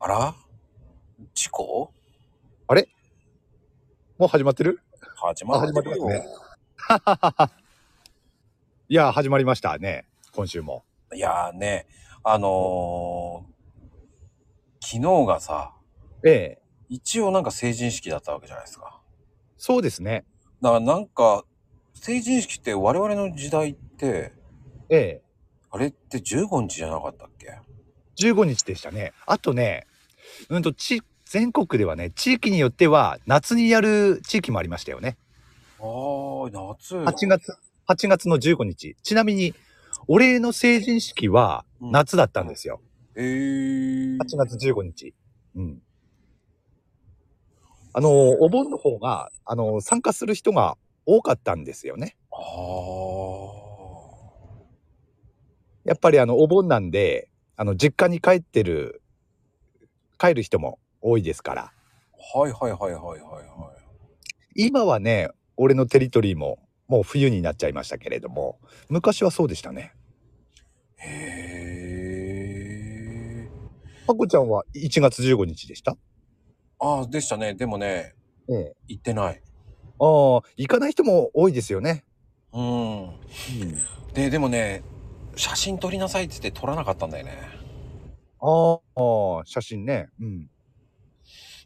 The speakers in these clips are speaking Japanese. あら事故もう始まってる始あ、ま始っまてってるますよ。ね。いや、始まりましたね。今週も。いやーね、あのー昨日がさ、ええ。一応なんか成人式だったわけじゃないですか。そうですね。だからなんか、成人式って我々の時代って、ええ。あれって15日じゃなかったっけ15日でしたね。あとね、うんと、ち、全国ではね、地域によっては夏にやる地域もありましたよね。あー、夏。 8月、8月の15日。ちなみに、俺の成人式はうん夏だったんですよ。えー。 8月15日。うん。あの、お盆の方が、あの、参加する人が多かったんですよね。あー。やっぱりあのお盆なんで、あの実家に帰ってる、帰る人も多いですから。はいはいはいはいはいは今はね、俺のテリトリーももう冬になっちゃいましたけれども、昔はそうでしたね。い。へー。パコちゃんは1月15日でしたあー、でしたね。でもね、ええ。行ってない。ああ、行かない人も多いですよね。うん。ででもね写真撮りなさいって言って撮らなかったんだよねああ、写真ね。うん。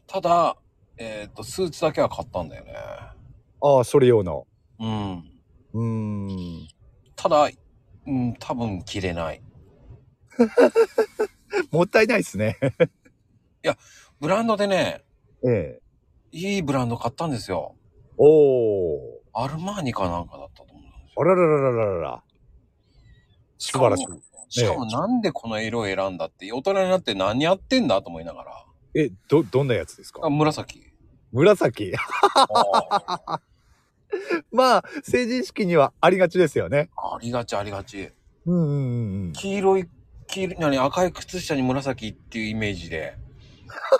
ただえっ、とスーツだけは買ったんだよねああ、それ用の。うんうーん。ただうん多分着れないもったいないですね。 ブランドでねええ。いいブランド買ったんですよおお。アルマーニかなんかだったと思うんですよあらららららら。し素かも晴らしい。しかもなんでこの色を選んだって大人になって何やってんだと思いながらえ、ど、どんなやつですかあ紫紫。あーまあ、成人式にはありがちですよね。ありがちありがちうんうんうん。黄色い黄色い何赤い靴下に紫っていうイメージで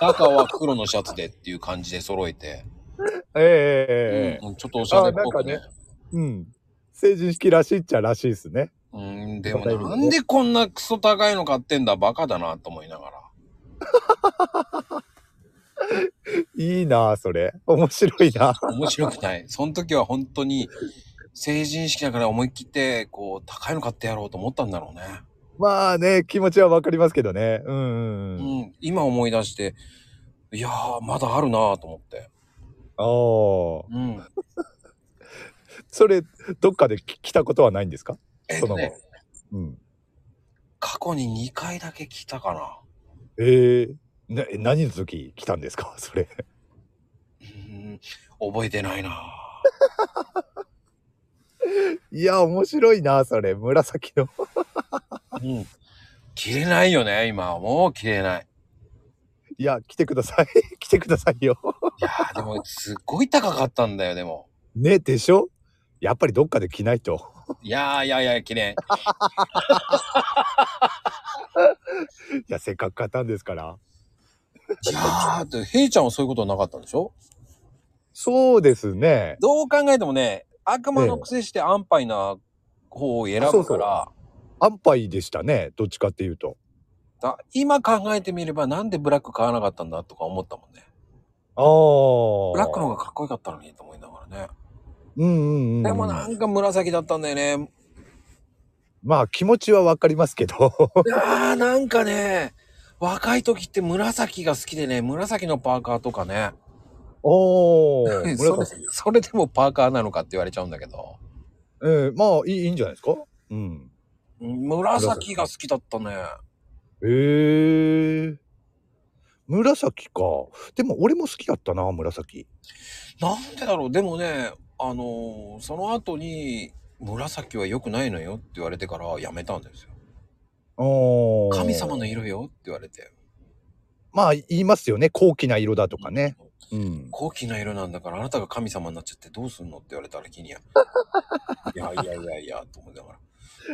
赤は黒のシャツでっていう感じで揃えて、ええうんちょっとおしゃれっぽくあねなうん。成人式らしいっちゃらしいですね。うんでまたいいもねなんでこんなクソ高いの買ってんだバカだなと思いながらいいなあそれ。面白いな面白くないその時は本当に成人式だから思い切ってこう高いの買ってやろうと思ったんだろうね、まあね、気持ちはわかりますけどね。うんうんううん。ん、今思い出していやーまだあるなーと思って、おーうん、それ、どっかでき着たことはないんですかえっそとの後ね。うん。過去に2回だけ来たかなええな、何の時来たんですか それ。うん覚えてないないや、面白いなあそれ。紫の。うん。切れないよね、今は。もう切れない。いや、来てください。 来てくださいよ。いやー、でも、すっごい高かったんだよ、でも。ね、でしょやっぱりどっかで着ないと。いやー、いやいや、切れん。いや、せっかく買ったんですから。いやー、って、ヘイちゃんはそういうことなかったんでしょそうですね。どう考えてもね、悪魔の癖して安牌な方を選ぶから、そうそう安牌でしたね。どっちかっていうと。だ今考えてみれば、なんでブラック買わなかったんだとか思ったもんね。ああ。ブラックの方がかっこよかったのにと思いながらね。うんうんうん。でもなんか紫だったんだよね。まあ気持ちはわかりますけど。 いやー、なんかね、若い時って紫が好きでね、紫のパーカーとかね。おお。 それ紫それでもパーカーなのかって言われちゃうんだけどえー、まあいいいいんじゃないですかうん。紫が好きだったねええ紫か。でも俺も好きだったな、紫。なんでだろうでもねあのーその後に紫は良くないのよって言われてからやめたんですよおお。神様の色よって言われてまあ言いますよね。高貴な色だとかね。うん。高貴な色なんだからあなたが神様になっちゃってどうすんのって言われたら気にやいやいやいやいやと思いながら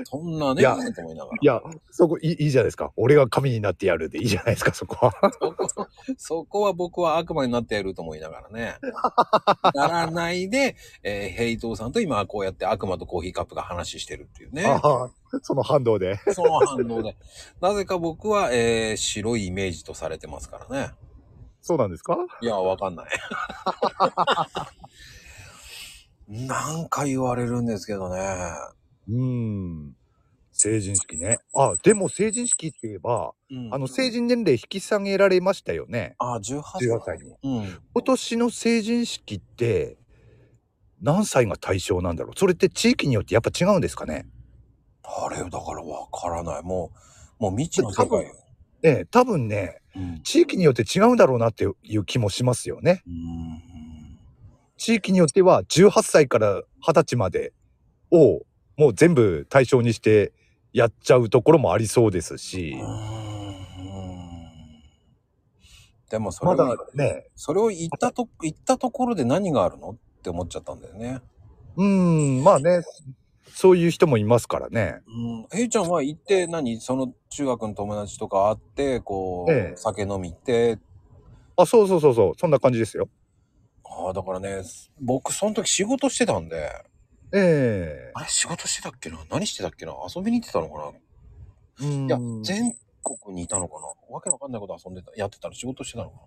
そんないね、やと思いながら。いや、そこいいいいじゃないですか。俺が神になってやるでいいじゃないですか、そこは。そこ、そこは僕は悪魔になってやると思いながら ね。ならないで、えー、ヘイトーさんと今はこうやって悪魔とコーヒーカップが話してるっていうね。ああ その反動で。その反応で。なぜか僕は、えー、白いイメージとされてますからね。そうなんですかいや、わかん ない。なんか言われるんですけどね。うーん。成人式ね。あ、でも成人式って言えば、うんあの、成人年齢引き下げられましたよね。あ、18歳。 18歳に。うん。今年の成人式って、何歳が対象なんだろうそれって地域によってやっぱ違うんですかねあれ、だからわからない。もう、もう未知の世界よ。ええ、多分ね、うん。地域によって違うんだろうなっていう気もしますよね。うん地域によっては18歳から20歳までをもう全部対象にしてやっちゃうところもありそうですし、うーんでもそれまを、だね、それを言ったと、言ったところで何があるのって思っちゃったんだよね。うん、まあね、そういう人もいますからね。うん。えいちゃんは行って何、その中学の友達とか会って、こう、ええ酒飲み行って、あ、そうそうそうそう、そんな感じですよ。ああ、だからね、僕その時仕事してたんで、えあれ仕事してたっけな何してたっけな遊びに行ってたのかえうんな、いや、全国にいたのかなわけのわかんないこと遊んでた、やってたら仕事してたのかな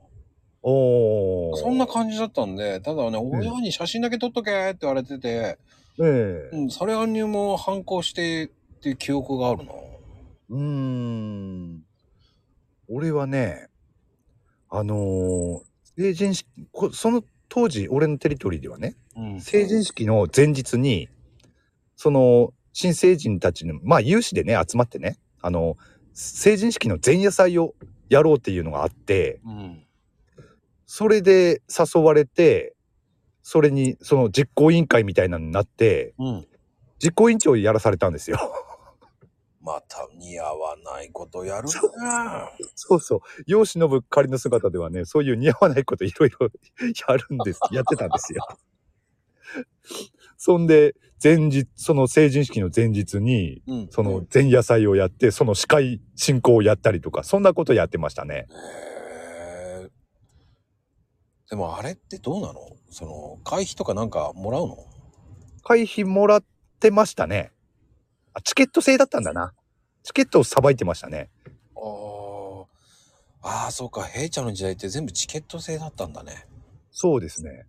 おーそんな感じだったんで、ただね、親に写真だけ撮っとけって言われてて、えうえん、それにも反抗してっていう記憶があるな。うん。俺はね、あのー成人式、こその当時、俺のテリトリーではね、うん成人式の前日に、その、新成人たちの、まあ、有志でね、集まってね、あの、成人式の前夜祭をやろうっていうのがあって、うん。それで誘われて、それに、その実行委員会みたいなのになって、うん。実行委員長やらされたんですよ。また似合わないことやるね。そうそう。容姿のぶ仮の姿ではね、そういう似合わないこといろいろやるん です、やってたんですよ。そんで、前日、その成人式の前日に、うん。その前夜祭をやって、その司会進行をやったりとか、そんなことやってましたね。へーでもあれってどうなのその、会費とかなんかもらうの会費もらってましたね。あ、チケット制だったんだな。チケットをさばいてましたね。ああ。ああ、そうか。平ちゃんの時代って全部チケット制だったんだね。そうですね。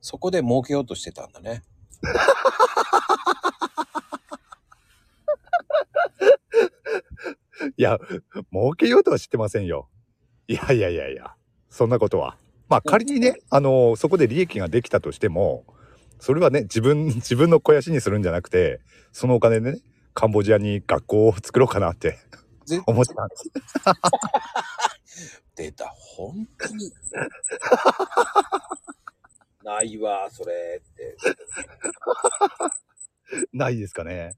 そこで儲けようとしてたんだね。いや、儲けようとは知ってませんよ。いやいやいやいや、そんなことは。まあ仮にね、あのそこで利益ができたとしても、それはね、自分、 自分の肥やしにするんじゃなくて、そのお金でね、カンボジアに学校を作ろうかなって ぜ思ってたんです。出た。本当に。 ないわ、それって。ないですかね。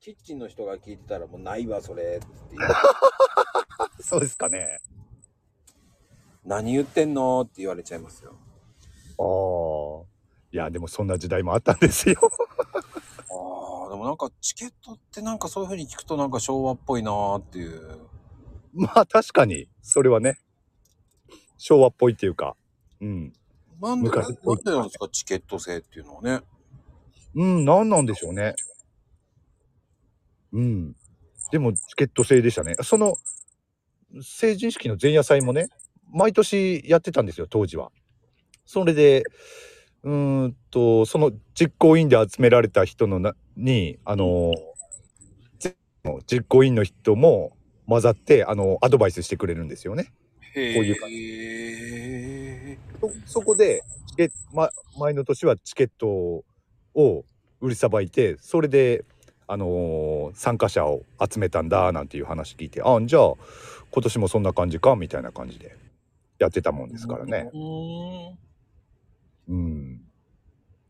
キッチンの人が聞いてたらもうないわ、それって 言う。そうですかね。何言ってんのって言われちゃいますよ。ああ。いや、でもそんな時代もあったんですよ。 ああ、でもなんかチケットってなんかそういう風に聞くとなんか昭和っぽいなーっていう。まあ確かに、それはね、昭和っぽいっていうか、うん。なんで、なん昔でっぽいなんですか、チケット制っていうのはね。うん、なんなんでしょうね。うん。でも、チケット制でしたね。その、成人式の前夜祭もね、毎年やってたんですよ、当時は。それで、うーんと、その実行委員で集められた人のな、に、あの、ぜ実行委員の人も混ざって、あの、アドバイスしてくれるんですよね。へこういう感え。そそこでチケット、ま、前の年はチケットを売りさばいてそれで、あのー参加者を集めたんだなんていう話聞いてあじゃあ今年もそんな感じかみたいな感じでやってたもんですからね。うーん。うん、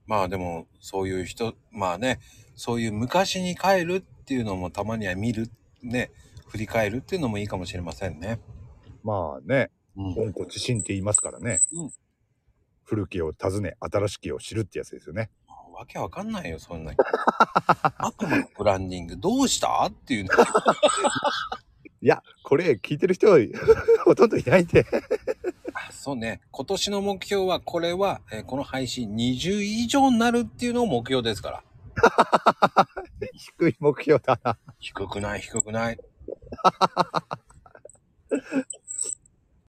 まあでも、そういう人、まあね、そういう昔に帰るっていうのもたまには見る、ね、振り返るっていうのもいいかもしれませんね。まあねうん。温故知新って言いますからね、うん古きを訪ね新しきを知るってやつですよね。わけわかんないよ、そんなに。悪魔のブランディング、どうしたっていうの。いや、これ聞いてる人は ほとんどいないんで。あそうね。今年の目標は、これは、えーこの配信20以上になるっていうのを目標ですから。低い目標だな。低くない、低くない。